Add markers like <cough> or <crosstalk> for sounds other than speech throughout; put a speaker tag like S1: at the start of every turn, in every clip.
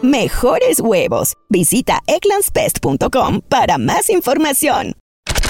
S1: Mejores huevos. Visita eclanspest.com para más información.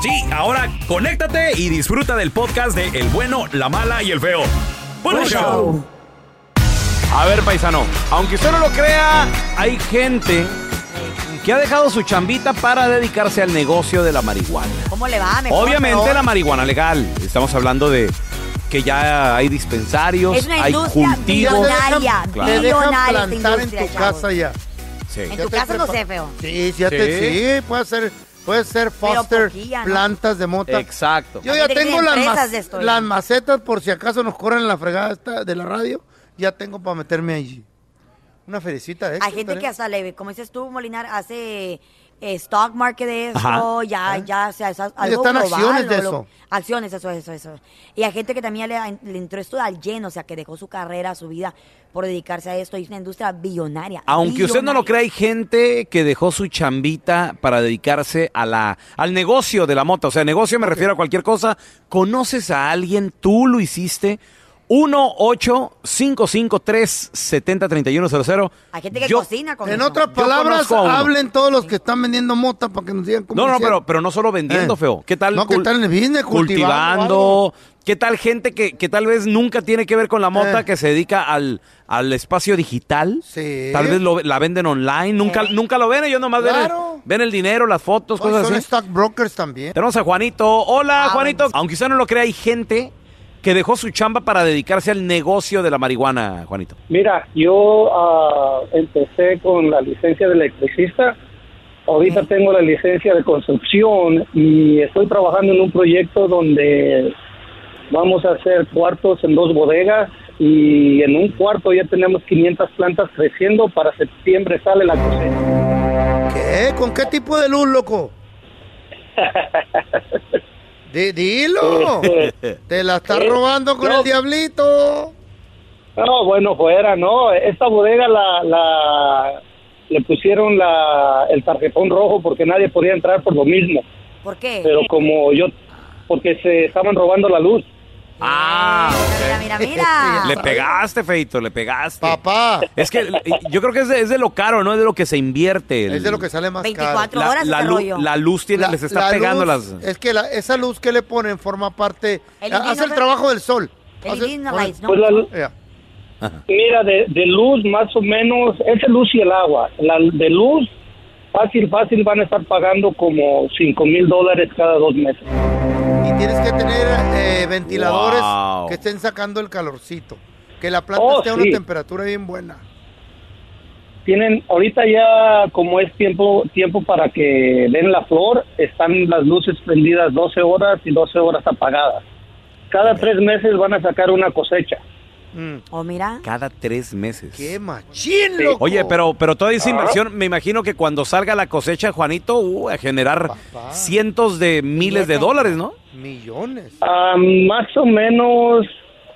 S2: Sí, ahora conéctate y disfruta del podcast de El bueno, la mala y el feo. ¡Buen show!
S3: A ver, paisano, aunque usted no lo crea, hay gente que ha dejado su chambita para dedicarse al negocio de la marihuana.
S4: ¿Cómo le va? Ah, Mejor,
S3: Obviamente
S4: peor.
S3: la marihuana legal. Estamos hablando de que ya hay dispensarios,
S4: Es una
S3: hay
S4: industria
S3: cultivos.
S4: millonaria. Millonaria,
S3: Claro.
S5: Te dejan
S4: millonaria esta
S5: plantar en
S4: industria,
S5: tu
S4: chavos.
S5: casa ya.
S3: Sí.
S4: En
S5: Ya
S4: tu
S5: te
S4: casa no
S5: prepa-
S4: sé, feo.
S5: Sí, sí, ya
S3: Sí.
S5: te sí, puede ser, puede ser foster
S4: poquilla, ¿no?
S5: plantas de mota.
S3: Exacto.
S5: Yo
S4: Aquí
S5: ya
S4: te
S5: tengo
S4: crían
S5: las,
S4: presas
S5: mas-
S4: de esto, ya.
S5: las macetas por si acaso nos corren la fregada esta de la radio, ya tengo para meterme allí. Una felicita de
S4: Hay
S5: éxito,
S4: gente
S5: ¿eh?
S4: que hasta le, como dices tú, Molinar, hace eh, stock market de eso,
S3: Ajá. Ah.
S4: ya, ya, o sea, es algo
S5: están
S4: global,
S5: acciones de
S4: o lo-
S5: eso.
S4: Acciones, eso, eso, eso. Y hay gente que también le, le entró esto al lleno, o sea, que dejó su carrera, su vida por dedicarse a esto. Y es una industria billonaria.
S3: Aunque usted no lo
S4: billonaria.
S3: crea, hay gente que dejó su chambita para dedicarse a la, al negocio de la mota. O sea, negocio me refiero a cualquier cosa. ¿Conoces a alguien? ¿Tú lo hiciste? 1 8 70 31 00
S4: Hay gente que
S3: Yo-
S4: cocina con
S5: En
S4: eso.
S5: otras
S3: Yo
S5: palabras,
S3: conozco a uno.
S5: hablen todos los que están vendiendo mota para que nos digan cómo
S3: No, no,
S5: hicieron.
S3: pero, pero no solo vendiendo,
S5: Eh.
S3: feo. ¿Qué tal?
S5: No, ¿qué
S3: cul-
S5: tal en el business? Cultivando o
S3: Cultivando. ¿Qué tal gente que, que tal vez nunca tiene que ver con la mota,
S5: Eh.
S3: que se dedica al, al espacio digital?
S5: Sí.
S3: Tal vez lo- la venden online. Nunca,
S4: Eh.
S3: nunca lo ven, ellos nomás ven el- ven,
S5: Claro.
S3: el, dinero, las fotos,
S5: Hoy
S3: cosas
S5: son
S3: así.
S5: stockbrokers también.
S3: Tenemos a Juanito. Hola,
S4: Ah,
S3: Juanito. Aunque usted no lo crea, hay gente que dejó su chamba para dedicarse al negocio de la marihuana, Juanito.
S6: Mira, yo ah, empecé con la licencia de electricista. Ahorita tengo la licencia de construcción y estoy trabajando en un proyecto donde vamos a hacer cuartos en dos bodegas y en un cuarto ya tenemos 500 plantas creciendo. Para septiembre sale la cosecha.
S5: ¿Qué? ¿Con qué tipo de luz, loco? Di- dilo.
S6: <laughs> Este,
S5: Te la estás robando con
S6: Eh, No.
S5: el diablito.
S6: <laughs> No, bueno, fuera, no. Esta bodega la, la le pusieron la, el tarjetón rojo porque nadie podía entrar por lo mismo.
S4: ¿Por qué?
S6: Pero como yo, porque se estaban robando la luz.
S3: Ah,
S4: Mira, mira, mira.
S3: Le pegaste, Feito, le pegaste.
S5: Papá,
S3: Es que eh, yo creo que es de, es de lo caro, ¿no? Es de lo que se invierte. el-
S5: es de lo que sale más caro.
S4: 24 horas
S3: la,
S4: este
S3: lu-
S4: rollo.
S3: la luz tiene, les está
S5: la
S3: pegando
S5: luz,
S3: las...
S5: Es que la- esa luz que le ponen forma parte...
S4: El
S5: hace el
S4: indígena-
S5: trabajo del sol.
S4: El
S5: Hace-
S4: Indian Lights, ¿no?
S6: Pues la, lu-
S5: Ya.
S6: mira, de, de luz más o menos, es el luz y el agua. La de luz, fácil, fácil, van a estar pagando como 5 mil dólares cada dos meses.
S5: Y tienes que tener eh, ventiladores
S3: Wow.
S5: que estén sacando el calorcito. Que la planta
S6: Oh,
S5: esté a una
S6: sí.
S5: temperatura bien buena.
S6: tienen ahorita ya como es tiempo tiempo para que den la flor, están las luces prendidas 12 horas y 12 horas apagadas. Cada tres meses van a sacar una cosecha.
S4: Mm. O mira,
S3: Cada tres meses.
S5: ¡Qué machín, loco! Ah.
S3: Oye, pero, pero toda esa inversión, me imagino que cuando salga la cosecha, Juanito, uh, a generar
S5: Papá.
S3: cientos de miles de dólares, ¿no?
S5: Millones.
S6: Ah, más o menos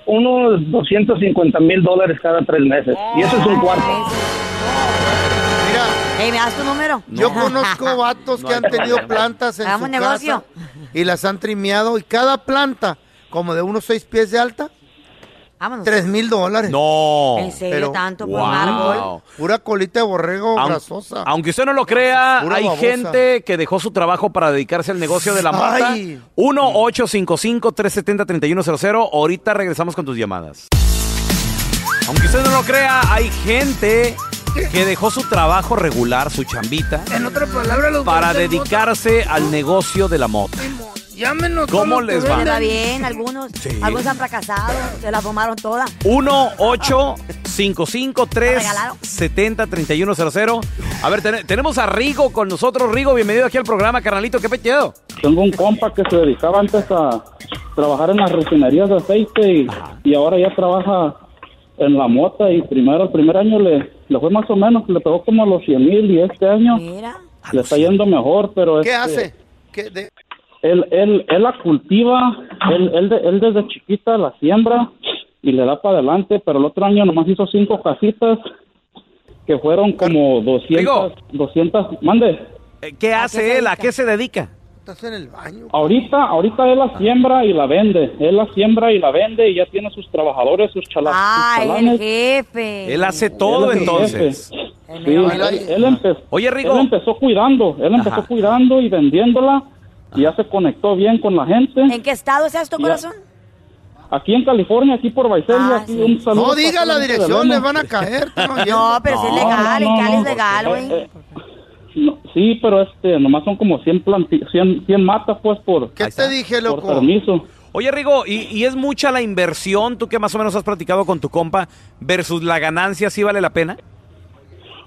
S6: unos 250 mil dólares cada tres meses. Y eso es un cuarto.
S5: Mira,
S4: Ey, ¿me das tu número?
S5: yo conozco vatos que han tenido plantas en
S4: Hagamos
S5: su
S4: negocio.
S5: casa y las han trimeado y cada planta, como de unos seis pies de alta,
S4: Vámonos.
S5: tres mil dólares.
S3: No.
S4: ¿En serio
S5: pero-
S4: tanto por
S3: Wow.
S4: árbol?
S5: Pura colita de borrego
S3: Aun-
S5: grasosa.
S3: aunque usted no lo crea,
S5: Ah. Pura
S3: hay
S5: babosa.
S3: gente que dejó su trabajo para dedicarse al negocio de la mota.
S5: Ay. Mm.
S3: 1-855-370-3100. Ahorita regresamos con tus llamadas. Aunque usted no lo crea, hay gente que dejó su trabajo regular, su chambita,
S5: En otra palabra, los
S3: para dedicarse al negocio de la mota.
S5: Llámenos.
S3: ¿Cómo todos los les que va?
S4: Les va
S3: vendan.
S4: bien, algunos.
S3: Sí.
S4: Algunos han fracasado, se la fumaron toda.
S3: 1-855-370-3100. A ver, ten- tenemos a Rigo con nosotros. Rigo, bienvenido aquí al programa, carnalito. ¿Qué peteado?
S7: Tengo un compa que se dedicaba antes a trabajar en las refinerías de aceite y, y ahora ya trabaja en la mota y primero, el primer año le, le fue más o menos, le pegó como los 100 mil y este año
S4: Mira.
S7: le está yendo mejor, pero
S5: ¿Qué
S7: este,
S5: hace? ¿Qué de-
S7: Él, él, él la cultiva, él, él, de- él desde chiquita la siembra y le da para adelante, pero el otro año nomás hizo cinco casitas que fueron como 200, 200, mande.
S3: Eh, ¿Qué hace él? ¿A qué se dedica?
S5: Estás en el baño.
S7: Ahorita, ahorita él la siembra y la vende. Él la siembra y la vende y ya tiene sus trabajadores, sus chala- sus
S4: Ay, Ah, el
S7: chalanes.
S4: jefe.
S3: Él hace
S7: Él
S3: todo
S7: es el
S3: entonces.
S7: jefe.
S4: El
S7: Sí,
S4: mero
S7: él,
S4: jefe.
S7: él empe-
S3: Oye, Rigo.
S7: él empezó cuidando, él empezó
S3: Ajá.
S7: cuidando y vendiéndola y ya se conectó bien con la gente.
S4: ¿En qué estado es esto,
S7: Ya.
S4: corazón?
S7: Aquí en California, aquí por Baicelia,
S4: Ah,
S7: aquí
S4: sí.
S7: un saludo
S5: No
S7: para
S5: diga
S7: toda
S5: la
S7: gente de
S5: dirección,
S7: Loma.
S5: les van a caer. tú no oyes.
S4: <laughs> No, pero si es
S7: No,
S4: legal,
S7: no,
S4: en
S7: no,
S4: Cali es
S7: no.
S4: legal,
S7: Eh, eh,
S4: güey.
S7: no, sí, pero este, nomás son como 100, planti- 100, 100 matas pues por,
S5: ¿Qué te dije,
S7: por
S5: loco?
S7: permiso.
S3: Oye, Rigo, ¿y, y es mucha la inversión? ¿Tú que más o menos has platicado con tu compa versus la ganancia? ¿Sí vale la pena?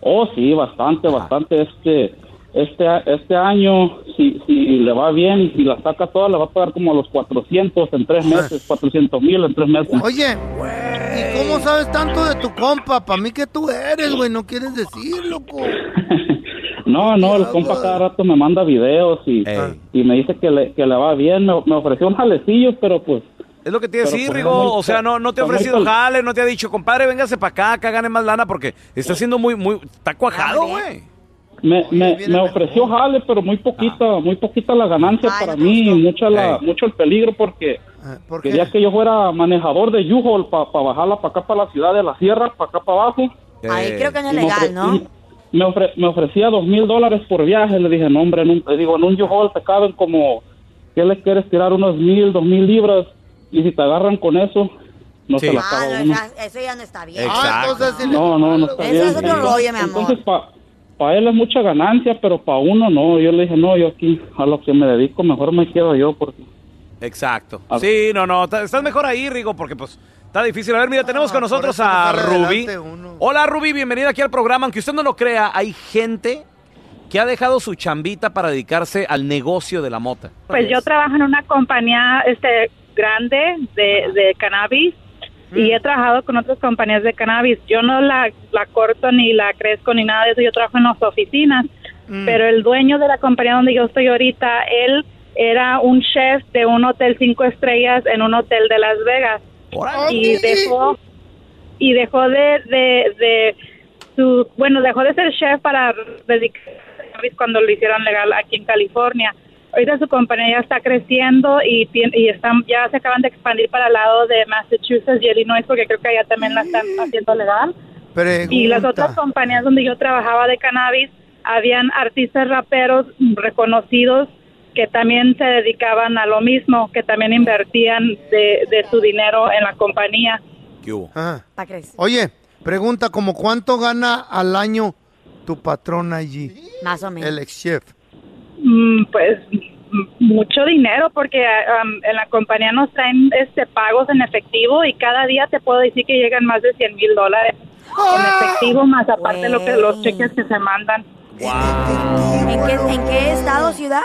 S7: Oh, sí, bastante, bastante. Este este a- este año, si, si le va bien y si la saca toda, le va a pagar como los 400 en tres meses, 400 mil en tres meses.
S5: Oye, ¿y cómo sabes tanto de tu compa? Para mí que tú eres, güey, no quieres decir, loco.
S7: No, no, el compa cada rato me manda videos y,
S3: Ey.
S7: y me dice que le, que le va bien. Me, me ofreció un jalecillo, pero pues
S3: Es lo que te iba a
S7: Pero
S3: decir,
S7: pues,
S3: Rigo.
S7: no,
S3: O sea, no, no te ha
S7: pues, no hay
S3: ofrecido
S7: tal-
S3: jale, no te ha dicho, compadre, véngase para acá, acá gane más lana, porque está siendo muy, muy, está cuajado,
S4: Ah,
S3: güey.
S7: me, me,
S5: viene
S7: me
S5: mejor.
S7: ofreció jale, pero muy poquita, muy poquita la ganancia
S4: Ah. Ay,
S7: para
S4: no te
S7: mí y
S4: gustó.
S7: mucha la,
S3: Ey.
S7: mucho el peligro porque
S5: Ah, ¿Por qué?
S7: quería que yo fuera manejador de U-Haul para bajarla para acá, para la ciudad de la sierra, para acá, para abajo.
S3: Eh,
S4: Ahí creo que no es
S7: Me
S4: legal,
S7: ofre-
S4: ¿no?
S7: Me, ofre- me ofrecía dos mil dólares por viaje. Le dije, no, hombre, en un, le digo, en un U-Haul te caben como, ¿qué le quieres tirar? Unos mil, dos mil libras. Y si te agarran con eso, no
S3: Sí.
S7: se la
S4: Ah,
S7: acaba
S4: no,
S7: uno.
S4: ya- eso ya no está bien.
S3: Exacto.
S5: Ah, entonces sí le-
S7: No, no, no está
S4: Eso
S7: bien.
S4: es otro rollo, mi amor.
S7: Entonces, para él es mucha ganancia, pero para uno no. Yo le dije, no, yo aquí a lo que me dedico, mejor me quedo yo porque...
S3: Exacto.
S7: A
S3: Sí, no, no, ta- estás mejor ahí, Rigo, porque pues está difícil. A ver, mira, tenemos
S5: Ah,
S3: con nosotros
S5: por eso
S3: a
S5: no sale
S3: Ruby.
S5: adelante uno.
S3: Hola, Ruby, bienvenida aquí al programa. Aunque usted no lo crea, hay gente que ha dejado su chambita para dedicarse al negocio de la mota.
S8: Pues yo trabajo en una compañía este grande de, de cannabis y he trabajado con otras compañías de cannabis. Yo no la, la corto ni la crezco ni nada de eso. Yo trabajo en las oficinas, pero el dueño de la compañía donde yo estoy ahorita, él era un chef de un hotel cinco estrellas en un hotel de Las Vegas
S3: Órale.
S8: y dejó y dejó de, de, de su bueno dejó de ser chef para dedicarse al cannabis cuando lo hicieron legal aquí en California ahorita su compañía ya está creciendo y tien- y están ya se acaban de expandir para el lado de Massachusetts y Illinois porque creo que allá también la están haciendo legal
S5: Pregunta.
S8: y las otras compañías donde yo trabajaba de cannabis, habían artistas raperos reconocidos que también se dedicaban a lo mismo, que también invertían de, de su dinero en la compañía.
S3: ¿Qué hubo?
S5: Ah,
S4: ¿Para crees?
S5: Oye, pregunta, ¿como cuánto gana al año tu patrón allí,
S4: Más o menos.
S5: el ex chef?
S8: Mm, Pues m- mucho dinero porque ah, um, en la compañía nos traen este pagos en efectivo y cada día te puedo decir que llegan más de 100 mil dólares. en efectivo, más aparte lo que los cheques que se mandan.
S4: ¿En qué, en qué estado, ciudad?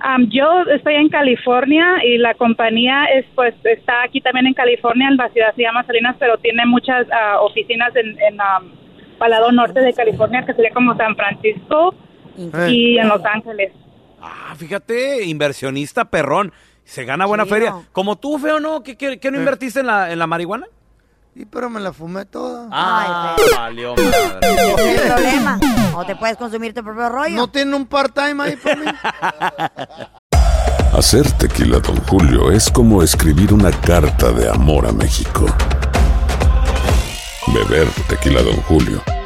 S8: Am, yo estoy en California y la compañía es pues está aquí también en California, en la ciudad se llama Salinas, pero tiene muchas ah, oficinas en, en am, Palado Norte de California, que sería como San Francisco y en Los Ángeles.
S9: Ah, fíjate, inversionista perrón. Se gana buena feria. Como tú, feo, ¿no? ¿Qué, qué-
S5: Eh.
S9: qué no invertiste en la, en la marihuana?
S5: Sí, pero me la fumé toda.
S9: Ah,
S5: Ay, feo.
S9: valió madre.
S4: No hay problema. O te puedes consumir tu propio rollo.
S5: ¿No tiene un part-time ahí
S4: <laughs>
S5: para mí?
S10: Hacer tequila, Don Julio, es como escribir una carta de amor a México. Beber tequila, Don Julio,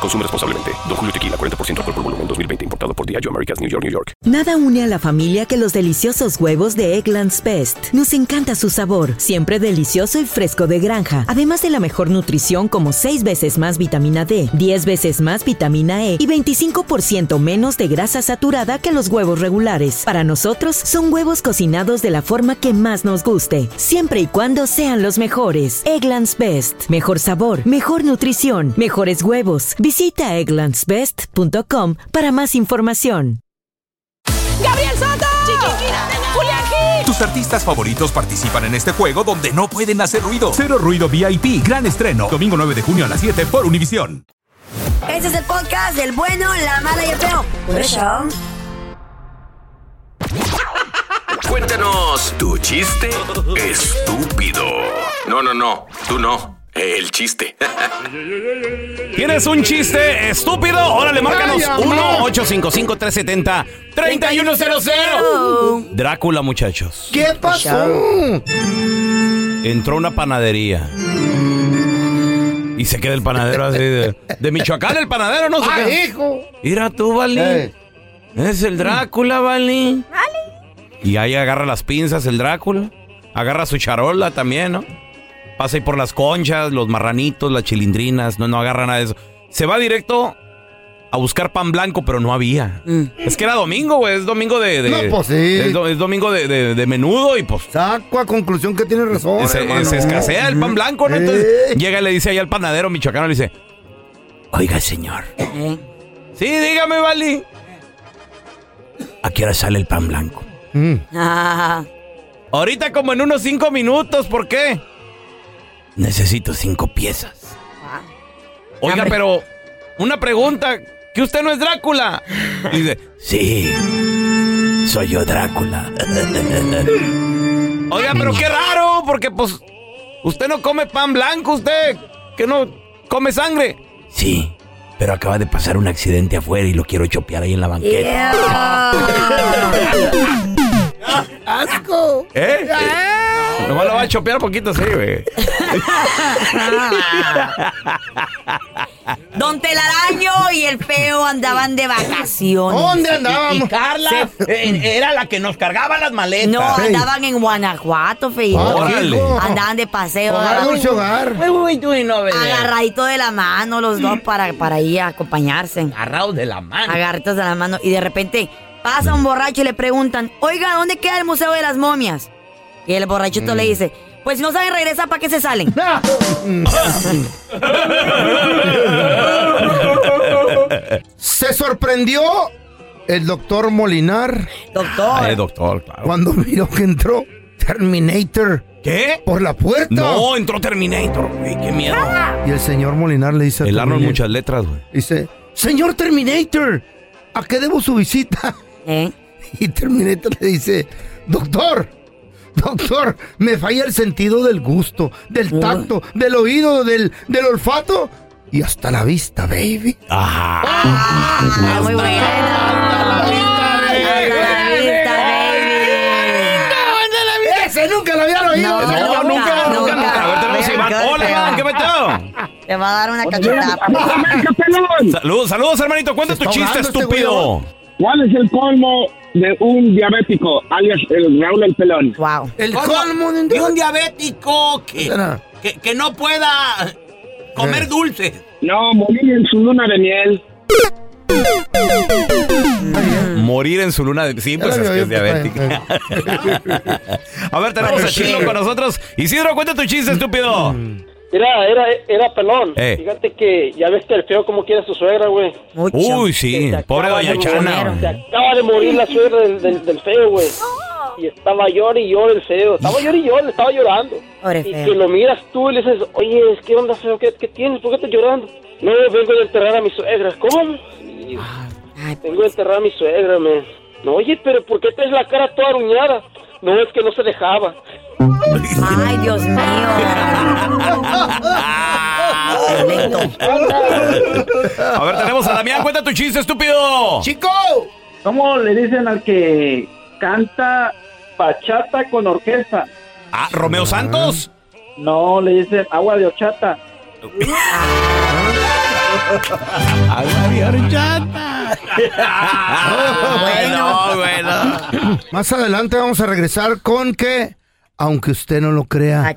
S11: Consume responsablemente. Don Julio Tequila, 40% alcohol por volumen, 2020. Importado por Diageo Americas, New York, New York.
S12: Nada une a la familia que los deliciosos huevos de Eggland's Best. Nos encanta su sabor, siempre delicioso y fresco de granja. Además de la mejor nutrición como 6 veces más vitamina D, 10 veces más vitamina E y 25% menos de grasa saturada que los huevos regulares. Para nosotros son huevos cocinados de la forma que más nos guste, siempre y cuando sean los mejores. Eggland's Best. Mejor sabor, mejor nutrición, mejores huevos. Visita egglandsbest.com para más información.
S13: ¡Gabriel Soto! ¡Chiquiquina! ¡Julián
S14: Tus artistas favoritos participan en este juego donde no pueden hacer ruido. Cero Ruido VIP, gran estreno, domingo 9 de junio a las 7 por Univisión.
S4: Este es el podcast del bueno, la mala y el feo. Por eso.
S11: Cuéntanos tu chiste estúpido. No, no, no. Tú no. El chiste.
S3: ¿Tienes un chiste estúpido? Órale, márcanos
S11: Ay, amor.
S3: 1-855-370-3100. Drácula, muchachos.
S5: ¿Qué pasó?
S3: Entró a una panadería. Y se queda el panadero así de... De Michoacán el panadero, ¿no? Se
S5: Ah,
S3: queda.
S5: hijo.
S3: Mira tú, Vali.
S5: Eh.
S3: Es el Drácula, Vali. Y ahí agarra las pinzas el Drácula. Agarra su charola también, ¿no? Pasa ahí por las conchas, los marranitos, las chilindrinas. No, no agarra nada de eso. Se va directo a buscar pan blanco, pero no había. Es que era domingo, güey. Es domingo de... de-
S5: No, pues sí.
S3: Es, do- es domingo de, de- de menudo y pues...
S5: Saco a conclusión que tiene razón.
S3: se,
S5: hermano. Eh,
S3: se escasea el pan blanco, ¿no? Entonces llega y le dice ahí al panadero michoacano, le dice... Oiga, señor. Sí, dígame, Vali. ¿A qué hora sale el pan blanco? Ahorita como en unos cinco minutos, ¿por qué? Necesito cinco piezas. Oiga, pero una pregunta, que usted no es Drácula. Y <laughs> dice, sí, soy yo Drácula. <laughs> Oiga, pero qué raro, porque pues usted no come pan blanco, usted, que no come sangre. Sí, pero acaba de pasar un accidente afuera y lo quiero chopear ahí en la banqueta.
S5: ¡Asco!
S3: ¿Eh? Nomás lo va a chopear poquito así, güey.
S4: Don Telaraño y el feo andaban de vacaciones.
S5: ¿Dónde andábamos?
S4: Y- y Carla
S3: eh, era la que nos cargaba las maletas.
S4: No,
S5: Hey.
S4: andaban en Guanajuato, feito.
S5: Ah, Órale. hijo.
S4: Andaban de paseo.
S5: Hogar, dulce hogar.
S4: Agarradito de la mano los dos para, para ir a acompañarse.
S3: Agarrados de la mano.
S4: Agarritos de la mano. Y de repente pasa un borracho y le preguntan, oiga, ¿dónde queda el Museo de las Momias? Y el borrachito
S3: Mm.
S4: le dice, pues si no saben regresar, ¿para qué se
S5: <laughs>
S4: salen?
S5: Se sorprendió el doctor Molinar.
S4: Doctor.
S3: Eh, doctor, claro.
S5: Cuando miró que entró Terminator.
S3: ¿Qué?
S5: Por la puerta.
S3: No, entró Terminator, güey, qué miedo.
S5: Y el señor Molinar le dice a
S3: El Arnold
S5: Terminator,
S3: muchas letras, güey.
S5: Dice, señor Terminator, ¿a qué debo su visita? <laughs> Y Terminator le dice, doctor, doctor, me falla el sentido del gusto, del tacto, del oído, del, del olfato y hasta la vista, baby.
S4: muy
S5: Ese nunca lo habían oído.
S4: No, nunca, nunca.
S3: A ver, tenemos a Iván. Hola, Iván, ¿qué metido?
S4: Te va a dar una cachetada.
S3: Saludos, saludos, hermanito. Cuenta tu chiste, estúpido.
S15: este ¿Cuál es el colmo de un diabético, alias el Raúl el Pelón? Eh,
S4: Wow.
S5: El colmo de un,
S3: diabético que
S5: Espera.
S3: que, que no pueda comer dulce.
S16: No, morir en su luna de miel.
S3: Morir en su luna de... Sí, pues es
S15: Ya la
S3: que es
S15: había visto
S3: diabética. a ver, tenemos
S16: Ay,
S3: a Chilo
S16: sí.
S3: con nosotros. Isidro, cuenta tu chiste, estúpido.
S16: Era, era, era pelón.
S3: Eh.
S16: Fíjate que ya ves que el feo como quiere a su suegra, güey.
S3: Uy, sí, pobre
S16: acaba
S3: doña
S16: de
S3: Chana.
S16: morir, Se acaba de morir la suegra del, del- del feo, güey. Y estaba llorando y llorando el feo. Estaba llorando y llorando, estaba llorando.
S4: Pobre
S16: y
S8: Eh.
S4: feo.
S16: que lo miras tú y le dices, oye, ¿qué onda, feo? ¿Qué, qué tienes? ¿Por qué estás llorando? No, vengo de enterrar a mi suegra. ¿Cómo? Y- vengo de enterrar a mi suegra, me. No, oye, pero ¿por qué traes la cara toda aruñada? No, es que no se dejaba.
S4: Ay, Dios
S5: <laughs>
S4: mío.
S3: A ver, tenemos a Damián, cuenta tu chiste, estúpido.
S16: ¡Chico! ¿Cómo le dicen al que canta bachata con orquesta? Ah.
S3: Ah, Romeo Santos.
S16: No, le dicen agua de ochata.
S5: <laughs>
S3: Agua de
S5: bueno, bueno. <clears throat> Más adelante vamos a regresar con que, aunque usted no lo crea,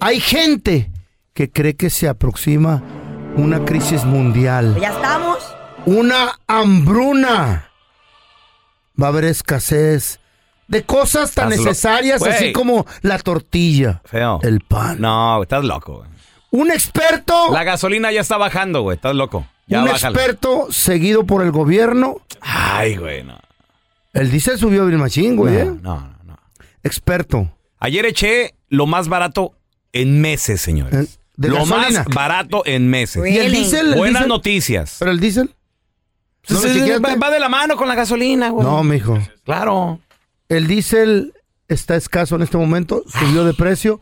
S5: hay gente que cree que se aproxima una crisis mundial.
S4: ¿Ya estamos?
S5: una hambruna. Va a haber escasez de cosas tan
S3: Hazlo.
S5: necesarias
S3: Güey.
S5: así como la tortilla.
S3: Feo.
S5: El pan.
S3: No, estás loco. güey.
S5: Un experto,
S3: La gasolina ya está bajando, güey. Estás loco. Ya
S5: un
S3: bájale.
S5: experto seguido por el gobierno.
S3: Ay, güey, no.
S5: Él dice subió el machín, güey.
S3: No,
S5: ¿eh?
S3: no,
S5: Experto.
S3: Ayer eché lo más barato en meses, señores.
S5: Eh, ¿De
S3: lo
S5: gasolina?
S3: más barato en meses.
S5: ¿Y el diésel? ¿El
S3: Buenas
S5: diésel?
S3: noticias.
S5: Pero el diésel. ¿No lo
S3: Sí, sí,
S5: chequeaste?
S3: va, va de la mano con la gasolina, güey.
S5: No, mijo.
S3: Claro.
S5: El diésel está escaso en este momento, subió de precio.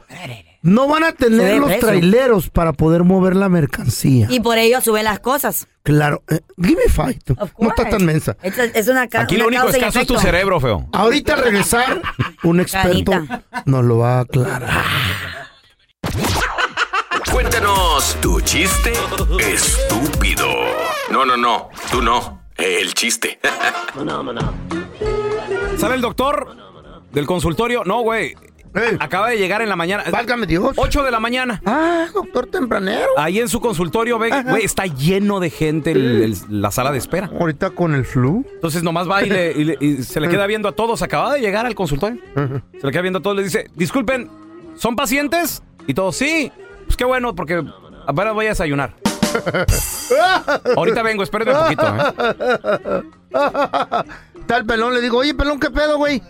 S5: No van a
S4: Subió de
S5: tener los
S4: precio.
S5: traileros para poder mover la mercancía.
S4: Y por ello suben las cosas.
S5: Claro, eh, give me five. tú. No está tan mensa.
S4: Es, es una ca-
S3: Aquí
S4: una
S3: lo único
S4: causa y
S3: escaso es tu
S4: efecto.
S3: cerebro, feo.
S5: Ahorita al regresar, un experto
S4: Carita.
S5: nos lo va a aclarar.
S11: Cuéntanos tu chiste estúpido. No, no, no, tú no, el chiste.
S3: ¿Sale el doctor del consultorio? No, güey. Acaba de llegar en la mañana.
S5: Válgame Dios.
S3: 8 de la mañana.
S5: Ah, doctor tempranero.
S3: Ahí en su consultorio, ve,
S5: Ajá.
S3: <laughs> güey, está lleno de gente el- el- la sala de espera.
S5: Ahorita con el flu.
S3: Entonces nomás va y, le- y le- y se le queda viendo a todos. Acaba de llegar al consultorio. Se le queda viendo a todos. Le dice, disculpen, ¿son pacientes? Y todos, sí. Pues qué bueno, porque apenas voy a desayunar. <laughs> Ahorita vengo, espérenme un poquito. ¿eh?
S5: <laughs> Tal pelón le digo, oye, pelón, ¿qué pedo, güey?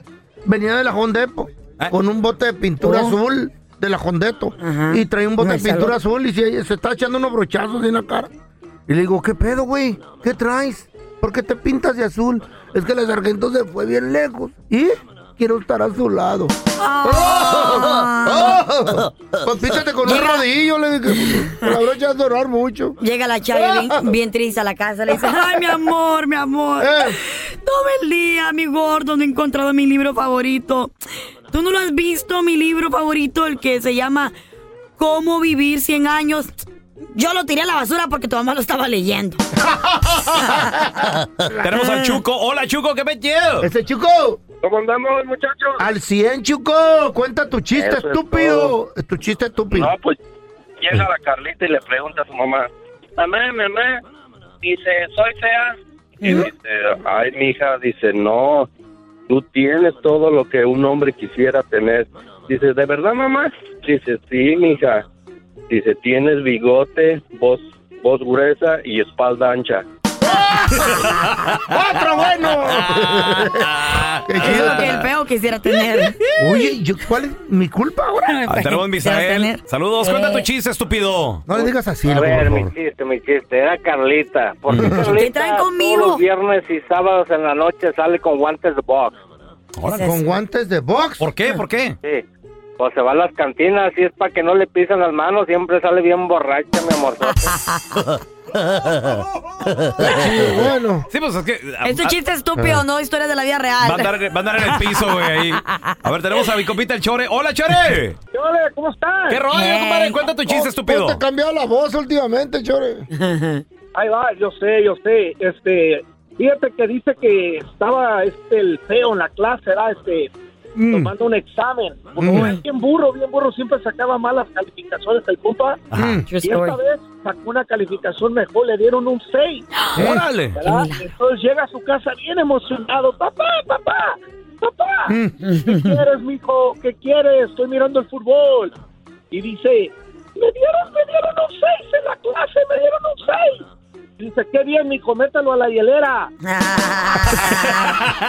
S5: Venía de la Hondepo
S3: Ah.
S5: con un bote de pintura
S16: Oh.
S5: azul de la Hondeto. Y traía un bote
S16: Ay,
S5: de pintura
S16: salud.
S5: azul y se, se está echando unos brochazos en la cara. Y le digo, ¿qué pedo, güey? ¿Qué traes? ¿Por qué te pintas de azul? Es que la sargento se fue bien lejos. ¿Y? Quiero estar a su lado.
S4: Ah.
S5: Pues píntate con
S4: ¡Oh!
S5: un
S4: Llega-
S5: rodillo, le dije. Con la brocha de dorar mucho. Ah.
S4: Llega la chaya bien, bien triste a la casa, le dice, ay, mi amor, mi amor,
S5: Eh.
S4: todo el día, mi gordo, no he encontrado mi libro favorito. ¿Tú no lo has visto, mi libro favorito, el que se llama Cómo vivir 100 años? Yo lo tiré a la basura porque tu mamá lo estaba leyendo.
S17: <laughs>
S3: Tenemos
S17: Ah.
S3: al Chuco. Hola, Chuco, ¿qué metido?
S5: ¡Ese Este Chuco!
S16: ¿Cómo andamos, muchachos?
S5: Al 100, Chuco. Cuenta tu chiste
S16: Eso es
S5: estúpido. tu chiste estúpido.
S16: No, pues llega la Carlita y le pregunta a su mamá. Mamá, mamá, dice, soy fea.
S6: Y dice, ay, mi hija, dice, no, tú tienes todo lo que un hombre quisiera tener. Dice, ¿de verdad, mamá? Dice, sí, mi hija. Dice, tienes bigote, voz, voz gruesa y espalda ancha.
S5: ¡Otro bueno! Qué
S4: Es
S5: chido.
S4: lo que el feo quisiera tener.
S5: <laughs> Oye, yo- ¿cuál es mi culpa
S4: <laughs>
S5: ahora?
S3: Ah, tenemos a Misael. Saludos, cuenta tu
S4: Eh.
S3: chiste, estúpido.
S5: Eh. No le digas así,
S6: A
S5: loco,
S6: ver,
S5: por
S6: mi
S5: favor. Mm.
S6: chiste, mi chiste, era Carlita. ¿Por qué Carlita
S4: traen
S6: todos los viernes y sábados en la noche sale con guantes de box?
S5: Ahora, con guantes de box.
S3: ¿Por qué? ¿Por qué?
S6: Sí. Pues se va a las cantinas y es para que no le pisan las manos. Siempre sale bien borracha, mi
S4: <laughs>
S6: amor.
S5: bueno.
S3: <laughs> Sí, pues es que. a-
S4: Este
S3: a-
S4: chiste
S5: Ah.
S4: estúpido, no historias de la vida real.
S3: Va a andar, va a andar en el piso, güey, ahí. A ver, tenemos a mi compita el Chore. ¡Hola, Chore!
S16: Hola, ¿cómo estás?
S3: ¿Qué rollo, compadre? Cuenta tu chiste, estúpido.
S5: te ha cambiado la voz últimamente,
S3: <laughs>
S5: Chore?
S16: Ahí va, yo sé, yo sé. Este, fíjate que dice que estaba este el feo en la clase, ¿verdad? Este,
S18: tomando un examen. Porque
S19: Mm.
S18: era bien burro, bien burro, siempre sacaba malas calificaciones el compa.
S19: Ajá. Mm,
S18: Y
S19: True
S18: esta
S19: story.
S18: vez sacó una calificación mejor, le dieron un 6.
S19: ¿Eh? ¡Órale! Qué
S18: ¿Verdad?
S19: milagro.
S18: Entonces llega a su casa bien emocionado. Papá, papá, papá.
S19: Mm.
S18: ¿Qué quieres, mijo? ¿Qué quieres? Estoy mirando el fútbol. Y dice, me dieron, me dieron un 6 en la clase, me dieron un 6. Dice, qué bien, mijo, métalo a la hielera.
S5: <laughs>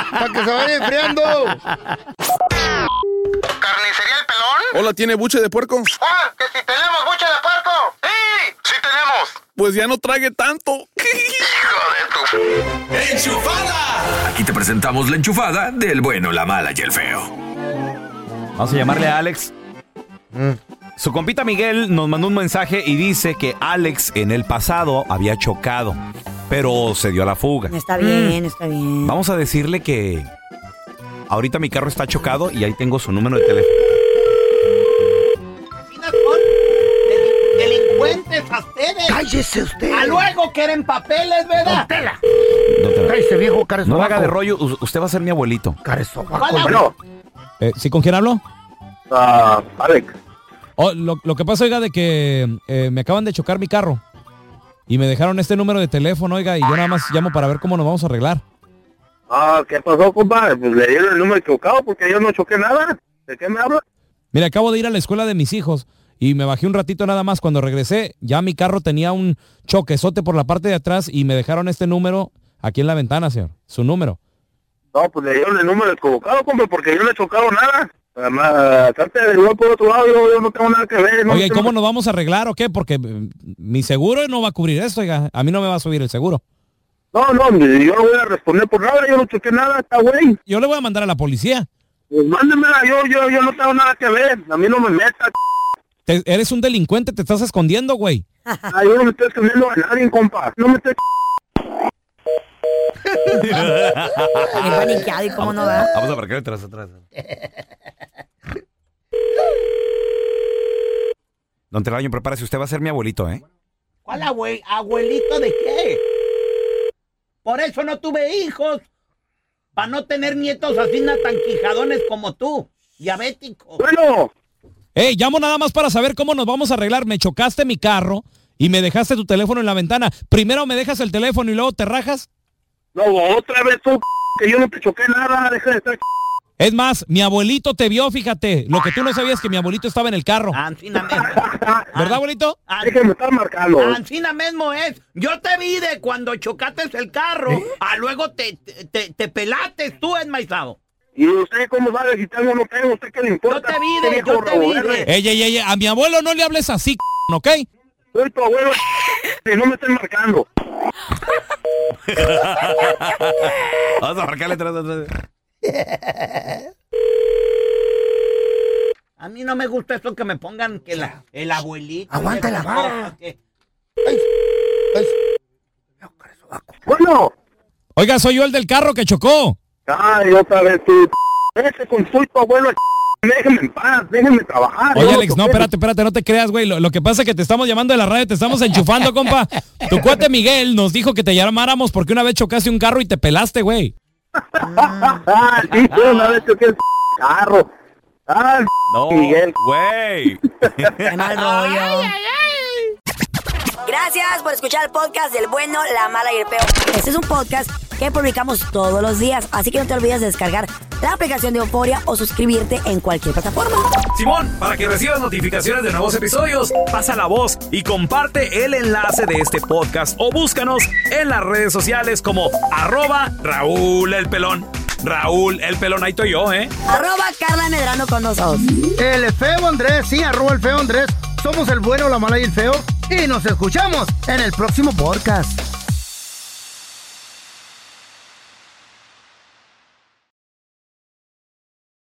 S5: Para que se vaya enfriando.
S20: Hola, ¿tiene buche de puerco?
S21: ¡Ah! ¡Que si tenemos buche de puerco! ¡Sí! ¡Sí tenemos!
S20: Pues ya no trague tanto.
S21: ¡Hijo de tu...
S11: Aquí te presentamos la enchufada del bueno, la mala y el feo.
S22: Vamos a llamarle a Alex. Su compita Miguel nos mandó un mensaje y dice que Alex en el pasado había chocado, pero se dio a la fuga.
S23: Está
S5: Mm.
S23: bien, está bien.
S22: Vamos a decirle que ahorita mi carro está chocado y ahí tengo su número de teléfono.
S17: Delincuentes a ustedes.
S5: Cállese usted.
S17: A luego quieren papeles, ¿verdad? Tela.
S5: Cállese, viejo, caresobaco.
S22: No la haga de rollo, u- usted va a ser mi abuelito.
S15: Bueno.
S3: Eh, ¿Sí con quién hablo?
S15: Ah, Alex.
S3: Oh, lo, lo que pasa, oiga, de que eh, me acaban de chocar mi carro. Y me dejaron este número de teléfono, oiga, y yo nada más llamo para ver cómo nos vamos a arreglar.
S15: Ah, ¿qué pasó, compadre? Pues le dieron el número equivocado porque yo no choqué nada. ¿De qué me habla?
S3: Mira, acabo de ir a la escuela de mis hijos y me bajé un ratito nada más. Cuando regresé, ya mi carro tenía un choquezote por la parte de atrás y me dejaron este número aquí en la ventana, señor. Su número.
S15: No, pues le dieron el número equivocado, compadre, porque yo no he chocado nada. Además, trate de averiguar por otro lado, yo, yo no tengo nada que ver. No
S3: Oiga, ¿y
S15: tengo-
S3: cómo nos vamos a arreglar o qué? Porque mm, mi seguro no va a cubrir esto, oiga. A mí no me va a subir el seguro.
S15: No, no, hombre, yo no voy a responder por nada, yo no choqué nada, está güey.
S3: Yo le voy a mandar a la policía.
S15: Pues mándemela, yo, yo, yo no tengo nada que ver, a mí no me meta.
S3: Te- eres un delincuente, te estás escondiendo, güey.
S15: Ah, yo no me estoy escondiendo a nadie, compa. No me estoy...
S23: Qué paniqueado y cómo no da.
S22: Vamos a parquear atrás, atrás. Don Telaño, prepárese, usted va a ser mi abuelito, ¿eh?
S17: ¿Cuál abue- abuelito de qué? Por eso no tuve hijos. Para no tener nietos así na- tan quijadones como tú. Diabético.
S15: Bueno.
S3: Ey, llamo nada más para saber cómo nos vamos a arreglar. Me chocaste mi carro y me dejaste tu teléfono en la ventana. Primero me dejas el teléfono y luego te rajas.
S15: No, otra vez tú, que yo no te choqué nada, deja de estar...
S3: Es más, mi abuelito te vio, fíjate. Lo que tú no sabías es que mi abuelito estaba en el carro. ¿Verdad, abuelito?
S15: Déjeme estar marcando.
S17: Ancina mismo es. Yo te vi de cuando chocaste el carro.
S15: ¿Eh?
S17: A luego te, te- te, te pelaste tú, enmaizado.
S15: ¿Y usted cómo sabe si tengo o no tengo? ¿Usted qué le importa?
S17: Yo te vi de- yo te vi de-
S3: Ey, ey, ey, ey, a mi abuelo no le hables así, c***, ¿ok?
S15: Soy tu abuelo, si no me estén marcando.
S22: Vamos a parquearle atrás, atrás.
S17: A mí no me gusta eso que me pongan que la, el abuelito.
S19: Aguanta la vara.
S15: Bueno.
S3: Oiga, soy yo el del carro que chocó.
S15: Ay, otra vez tú. Ese con soy tu abuelo, déjeme en paz, déjeme trabajar.
S3: Oye,
S15: Yo
S3: Alex, no,
S15: choqué.
S3: espérate, espérate, no te creas, güey. Lo, lo que pasa es que te estamos llamando de la radio, te estamos enchufando, compa. Tu cuate Miguel nos dijo que te llamáramos porque una vez chocaste un carro y te pelaste, güey.
S15: Ah, <laughs> sí, yo una vez choqué el carro. Ah, el
S22: No,
S15: Miguel.
S22: güey.
S4: Gracias por escuchar el podcast del bueno, la mala y el peo. Este es un podcast que publicamos todos los días, así que no te olvides de descargar la aplicación de Euforia o suscribirte en cualquier plataforma.
S22: Simón, para que recibas notificaciones de nuevos episodios, pasa la voz y comparte el enlace de este podcast o búscanos en las redes sociales como arroba Raúl el Pelón. Raúl el Pelón, ahí estoy yo, ¿eh?
S4: Arroba Carla Medrano con nosotros.
S5: El feo Andrés, sí, arroba el feo Andrés. Somos el bueno, la mala y el feo. Y nos escuchamos en el próximo podcast.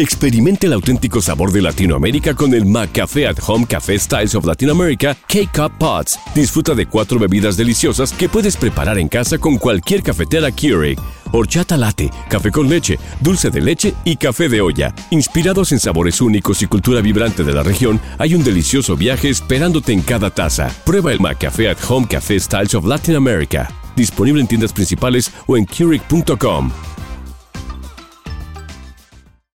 S24: Experimente el auténtico sabor de Latinoamérica con el McCafé at Home Café Styles of Latin America K-Cup Pots. Disfruta de cuatro bebidas deliciosas que puedes preparar en casa con cualquier cafetera Keurig. Horchata latte, café con leche, dulce de leche y café de olla. Inspirados en sabores únicos y cultura vibrante de la región, hay un delicioso viaje esperándote en cada taza. Prueba el McCafé at Home Café Styles of Latin America. Disponible en tiendas principales o en Keurig.com.